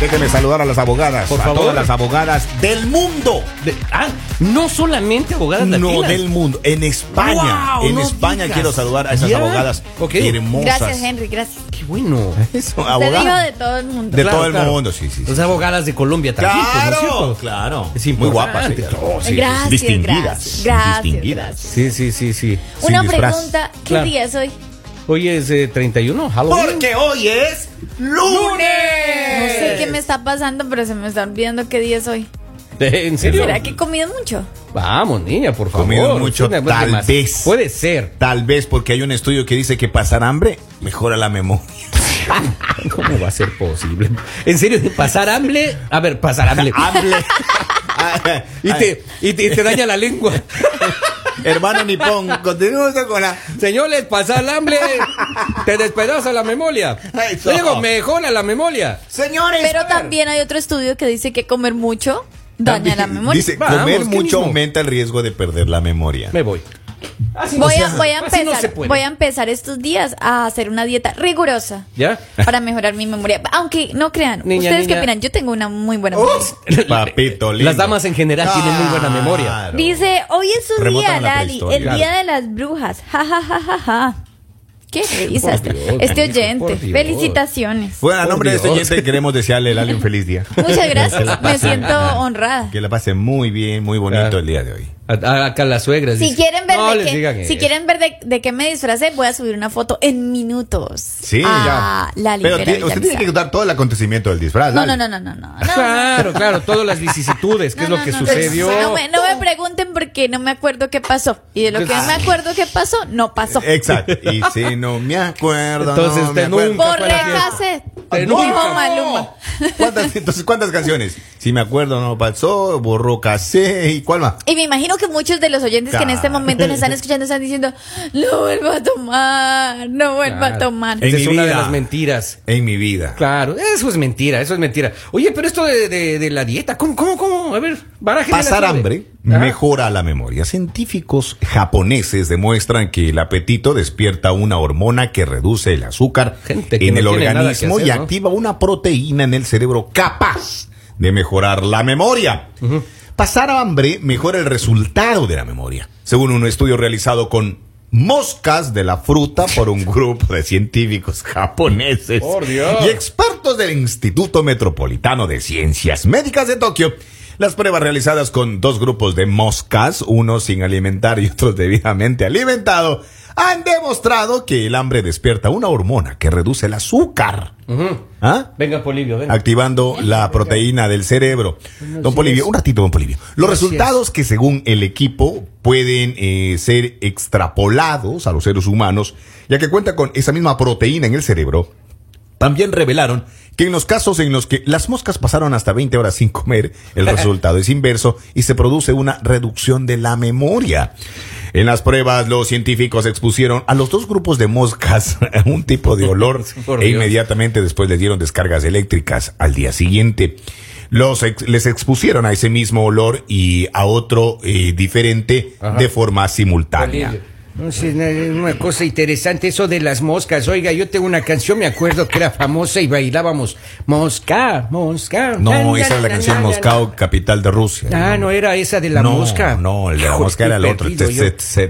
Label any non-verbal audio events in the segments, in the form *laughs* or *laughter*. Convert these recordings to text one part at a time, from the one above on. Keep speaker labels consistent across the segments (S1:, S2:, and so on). S1: Déjenme saludar a las abogadas.
S2: Por
S1: a
S2: favor.
S1: todas las abogadas del mundo.
S2: De- ah, no solamente abogadas
S1: No
S2: latinas.
S1: del mundo. En España.
S2: Wow,
S1: en
S2: no
S1: España
S2: digas.
S1: quiero saludar a esas
S2: Ya.
S1: abogadas
S2: Ok.
S1: hermosas.
S3: Gracias, Henry, gracias.
S2: Qué bueno.
S1: Eso,
S3: Te digo
S1: abogadas.
S3: de todo el mundo.
S1: De todo el mundo, sí, sí, sí.
S2: Las abogadas de Colombia también. pues, ¿no es
S1: Claro,
S2: cierto?
S1: claro.
S2: Es
S1: Muy guapas.
S2: importante.
S1: ellas. Oh, sí, sí, sí.
S3: Gracias, gracias, gracias, gracias.
S2: Sí, sí, sí, sí.
S1: Sin
S3: Una
S1: disfraz.
S3: pregunta, ¿qué
S2: Claro.
S3: día es hoy?
S2: Hoy es eh, 31, Halloween.
S1: Porque hoy es
S3: No
S1: lunes.
S3: sé qué
S2: Eh.
S3: me está pasando, pero se me está olvidando qué día es hoy.
S2: *laughs* ¿En serio?
S3: ¿Será que he comido mucho?
S2: Vamos, niña, por favor.
S1: Comido mucho,
S2: Una vez
S1: tal
S2: más.
S1: vez.
S2: Puede ser. *laughs*
S1: Tal vez porque hay un estudio que dice que pasar hambre mejora la memoria.
S2: Ah, ¿Cómo va a ser posible? En serio, pasar hambre. A ver, pasar hambre.
S1: Hambre. *laughs*
S2: Y te, y te, y te daña la lengua. *laughs*
S1: Hermano Nipón, continuamos con la.
S2: Señores, pasar hambre te despedaza la memoria.
S1: Eso.
S2: Digo, mejora la memoria.
S1: Señores.
S3: Pero también hay otro estudio que dice que comer mucho daña la memoria.
S1: Dice,
S2: Vamos,
S1: comer
S2: ¿qué
S1: mucho
S2: mismo?
S1: aumenta el riesgo de perder la memoria.
S2: Me voy.
S3: Voy a, voy a
S2: así no se
S3: empezar,
S2: puede.
S3: voy a empezar estos días a hacer una dieta rigurosa
S2: ¿Ya?
S3: para mejorar mi memoria. Aunque no crean,
S2: Niña,
S3: ¿ustedes qué
S2: niña.
S3: opinan? Yo tengo una muy
S1: Oh,
S3: buena memoria.
S1: Papito lindo.
S2: Las damas en general tienen muy buena memoria.
S1: Claro.
S3: Dice, hoy es su
S1: Remontan a
S3: día,
S1: la
S3: Lali,
S1: prehistoria.
S3: el día de las brujas. Ja, ja, ja, ja, ja. Qué risa este-
S2: Dios,
S3: este
S2: hijo, por
S3: oyente.
S2: Dios.
S3: Felicitaciones.
S1: Bueno, a
S2: Por
S1: nombre de este
S2: Oh, Dios.
S1: oyente queremos desearle Lali un feliz día.
S2: *laughs*
S3: Muchas
S1: Que la
S3: gracias. Me
S1: pase-
S3: siento honrada.
S1: Que la pase muy bien, muy bonito
S2: Claro.
S1: el día de hoy.
S2: A- a- acá las suegras.
S3: Si
S2: dicen,
S3: quieren ver,
S2: "No
S3: de,
S2: les digan
S3: qué, si
S2: eso".
S3: quieren ver de, de qué me disfracé, voy a subir una foto en minutos.
S1: Sí,
S3: a
S1: ya.
S3: Lali
S1: Pero
S3: Vera
S1: ti- usted tiene
S3: Villamizar.
S1: que contar todo el acontecimiento del disfraz.
S3: Ah, No,
S1: Lali.
S3: no, no, no, no, no. no,
S2: Ah, Claro, claro, todas las vicisitudes, qué *laughs* es
S3: No,
S2: lo
S3: no,
S2: que
S3: no, no,
S2: sucedió.
S3: No, me, no me pregunten porque no me acuerdo qué pasó. Y de lo que no me acuerdo qué pasó, no
S2: Eh,
S3: pasó.
S1: Exacto.
S3: *laughs*
S1: Y si no me acuerdo.
S2: Entonces
S1: no
S2: usted
S1: me acuerdo.
S2: nunca fue a la
S3: Borré
S2: fiesta.
S3: cassette.
S2: Te
S3: Dijo
S2: nunca.
S3: Maluma.
S1: ¿Cuántas, entonces, ¿cuántas canciones? Si me acuerdo, no pasó, borró casé y cuál más.
S3: Y me imagino que muchos de los oyentes que en este
S1: Claro.
S3: momento nos *laughs* están escuchando están diciendo, no vuelvo a tomar, no vuelvo a
S2: Claro.
S3: tomar.
S1: En
S2: Esa es
S1: mi
S2: una de
S1: vida.
S2: las mentiras.
S1: En mi vida.
S2: Claro, eso es mentira, eso es mentira. Oye, pero esto de, de- de la dieta, ¿cómo, cómo, cómo? A ver, baraje.
S1: Pasar hambre mejora la memoria. Científicos japoneses demuestran que el apetito despierta una hormona que reduce el azúcar
S2: Gente que
S1: en
S2: no
S1: el
S2: tiene nada que
S1: organismo
S2: hacer,
S1: y
S2: ¿no?
S1: activa una proteína en el cerebro capaz de mejorar la memoria. Pasar hambre mejora el resultado de la memoria, según un estudio realizado con moscas de la fruta
S2: *laughs*
S1: por un grupo de científicos japoneses
S2: Por Dios.
S1: y expertos del Instituto Metropolitano de Ciencias Médicas de Tokio. Las pruebas realizadas con dos grupos de moscas, uno sin alimentar y otro *laughs* debidamente alimentado, han demostrado que el hambre despierta una hormona que reduce el azúcar, ¿ah?
S2: Venga, Polivio, venga.
S1: activando la proteína del cerebro. Don Polivio, un ratito, don Polivio. Los
S2: Así es.
S1: resultados que según el equipo pueden eh, ser extrapolados a los seres humanos, ya que cuenta con esa misma proteína en el cerebro, también revelaron que en los casos en los que las moscas pasaron hasta 20 horas sin comer,
S2: *laughs*
S1: el resultado es inverso y se produce una reducción de la memoria. En las pruebas, los científicos expusieron a los dos grupos de moscas *laughs* a un tipo de
S2: *laughs*
S1: olor
S2: Por
S1: e
S2: Dios.
S1: inmediatamente después les dieron descargas eléctricas al día siguiente. Los ex- les expusieron a ese mismo olor y a otro eh, diferente
S2: Ajá.
S1: de forma simultánea.
S2: No sé, na- una cosa interesante, eso de las moscas. Oiga, yo tengo una canción, me acuerdo que era famosa y bailábamos Mosca, Mosca.
S1: No,
S2: Na,
S1: esa
S2: na,
S1: era la
S2: na,
S1: canción
S2: na,
S1: Moscao, capital de Rusia.
S2: na. Ah, no era esa de la
S1: no,
S2: mosca.
S1: No, el de la
S2: Joder,
S1: mosca era el
S2: estoy
S1: otro.
S2: perdido yo.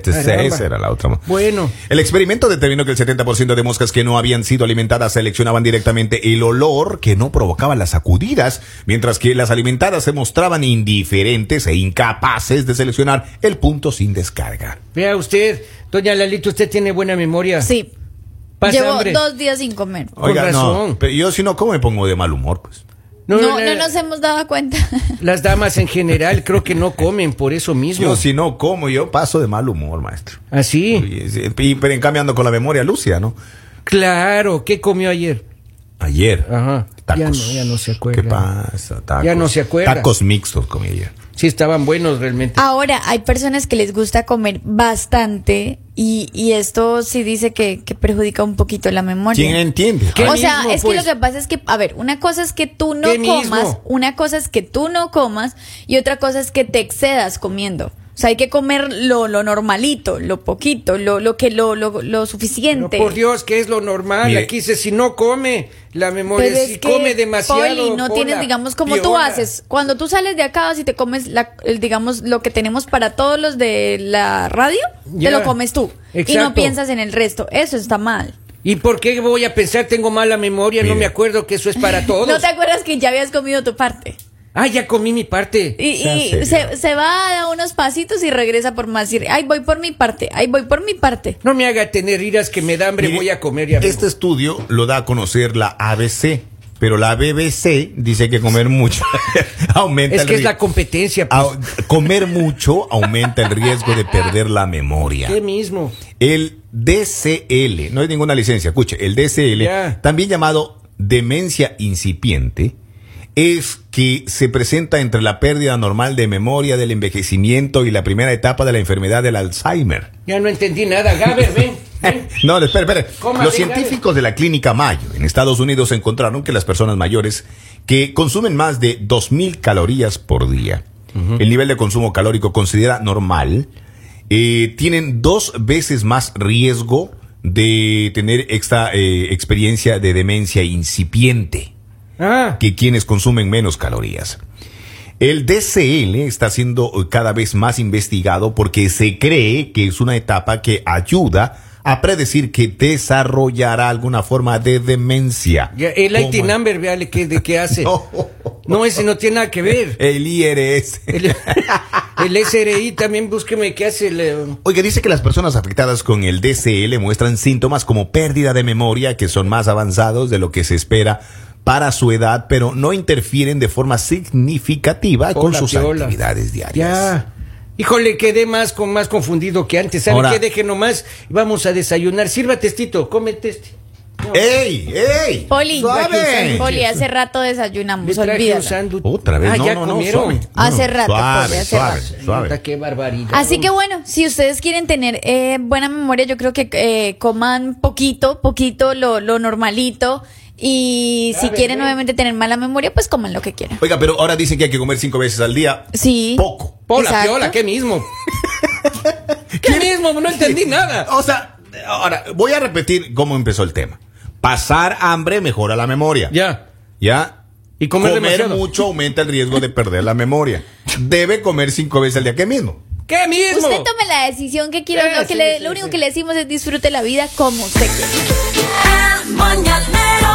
S1: Esa
S2: Caramba.
S1: era la otra.
S2: Bueno.
S1: El experimento determinó que el 70% de moscas que no habían sido alimentadas seleccionaban directamente el olor que no provocaba las sacudidas, mientras que las alimentadas se mostraban indiferentes e incapaces de seleccionar el punto sin descarga.
S2: Vea usted, doña Lalito, usted tiene buena memoria.
S3: Sí.
S2: Pasa
S3: Llevo
S2: hambre.
S3: dos días sin comer.
S2: Con razón.
S1: no, pero yo si no, ¿cómo me pongo de mal humor? Pues?
S3: No, no,
S2: la-
S3: nos hemos dado cuenta. *laughs*
S2: Las damas en general creo que no comen por eso mismo. ¿Ah,
S1: Yo si no, ¿cómo? Yo paso de mal humor, maestro.
S2: Así.
S1: Y, y- pero en cambio ando con la memoria lúcida, ¿no?
S2: Claro, ¿qué comió ayer?
S1: Ayer.
S2: Ajá. Ya no,
S1: Tacos.
S2: ya no se acuerda.
S1: ¿Qué pasa? Tacos.
S2: Ya no se acuerda.
S1: Tacos mixtos con ella.
S2: Sí, estaban buenos realmente.
S3: Ahora, hay personas que les gusta comer bastante y, y esto sí dice que, que perjudica un poquito la memoria.
S1: ¿Quién entiende?
S2: ¿Qué
S3: o sea,
S2: mismo,
S3: es
S2: pues?
S3: que lo que pasa es que, a ver, una cosa es que tú no
S2: ¿Qué mismo?
S3: comas, una cosa es que tú no comas y otra cosa es que te excedas comiendo. O sea, hay que comer lo, lo normalito, lo poquito, lo, lo que lo, lo, lo
S2: Pero
S3: suficiente.
S2: por Dios, que es lo normal.
S1: Mire.
S2: Aquí dice, si no come, la memoria,
S3: Pero
S2: si
S3: es que,
S2: come demasiado.
S3: Poli, no
S2: Pola,
S3: tienes, digamos, como tú
S2: Viola.
S3: haces. Cuando tú sales de acá, si te comes, la, el, digamos, lo que tenemos para todos los de la radio,
S2: Ya.
S3: te lo comes tú. Y
S2: Exacto.
S3: no piensas en el resto. Eso está mal.
S2: ¿Y por qué voy a pensar, tengo mala memoria, no
S1: Mire.
S2: me acuerdo que eso es
S3: *laughs*
S2: para todos?
S3: ¿No te acuerdas que ya habías comido tu parte?
S2: Ah, ya comí mi parte.
S3: Y,
S1: Sea
S3: y
S1: serio.
S3: se, se va a dar unos pasitos y regresa por más. Y, Ay, voy por mi parte. Ay, voy por mi parte.
S2: No me haga tener iras que me da hambre,
S1: Mire,
S2: voy a comer y a
S1: Este estudio lo da a conocer la ABC, pero la BBC dice que comer mucho *laughs* aumenta
S2: Es
S1: el
S2: que es
S1: riesgo.
S2: la competencia. pues.
S1: Au- comer mucho aumenta el riesgo de perder la memoria.
S2: ¿Qué mismo?
S1: El DCL, no hay ninguna licencia, escuche, el DCL,
S2: Ya.
S1: también llamado demencia incipiente, es que se presenta entre la pérdida normal de memoria, del envejecimiento y la primera etapa de la enfermedad del Alzheimer.
S2: Ya no entendí nada. Gaber, ven.
S1: *laughs*
S2: ven.
S1: No, espera, espera.
S2: Coma,
S1: Los
S2: venga,
S1: científicos de la Clínica Mayo en Estados Unidos encontraron que las personas mayores que consumen más de 2.000 calorías por día, el nivel de consumo calórico considera normal, eh, tienen dos veces más riesgo de tener esta eh, experiencia de demencia incipiente
S2: Ah,
S1: que quienes consumen menos calorías. El DCL está siendo cada vez más investigado porque se cree que es una etapa que ayuda a predecir que desarrollará alguna forma de demencia.
S2: ya, el
S1: Como-
S2: IT number, véale qué, de qué hace.
S1: *laughs* No.
S2: No, ese no tiene nada que
S1: *laughs*
S2: ver.
S1: El IRS.
S2: El, el SRI también búsqueme qué hace. el, eh,
S1: Oiga, dice que las personas afectadas con el DCL muestran síntomas como pérdida de memoria que son más avanzados de lo que se espera para su edad, pero no interfieren de forma significativa con
S2: Hola,
S1: sus
S2: piola.
S1: actividades diarias.
S2: Ya. Híjole, quedé más con más confundido que antes. ¿Sabe
S1: Ahora-
S2: qué? Deje nomás. Vamos a desayunar. Sírvate, Tito. Cómete este. No,
S1: ¡Ey! ¡Ey!
S3: Poli,
S1: ¡Suave!
S3: Poli, hace rato desayunamos.
S2: le traje un
S3: Olvídalo.
S2: sándwich.
S1: Otra vez,
S2: Ah,
S1: no,
S2: ya
S1: no, no,
S2: comieron.
S1: suave.
S3: Hace
S1: No,
S3: rato,
S1: suave,
S3: Poli, hace
S1: suave,
S3: rato.
S1: suave.
S2: Puta, qué barbaridad.
S3: Así que bueno, si ustedes quieren tener eh, buena memoria, yo creo que eh, coman poquito, poquito lo, lo normalito. Y si
S2: Ya,
S3: quieren
S2: bebé.
S3: obviamente tener mala memoria, pues coman lo que quieran.
S1: Oiga, pero ahora dicen que hay que comer cinco veces al día.
S3: Sí.
S1: Poco.
S2: Pola,
S3: Exacto.
S2: piola, qué
S1: *laughs*
S2: mismo. ¿Qué mismo? No entendí
S1: *laughs*
S2: nada.
S1: O sea, ahora voy a repetir cómo empezó el tema. Pasar hambre mejora la memoria.
S2: Ya.
S1: ¿Ya?
S2: Y comer demasiado.
S1: mucho aumenta el riesgo de perder
S2: *laughs*
S1: la memoria. Debe comer cinco veces al día, ¿qué mismo?
S2: ¿Qué mismo?
S3: Usted tome la decisión que quiera.
S2: Eh,
S3: lo que
S2: sí,
S3: le-
S2: sí,
S3: lo único
S2: sí.
S3: que le decimos es disfrute la vida como usted quiera.
S4: El mañanero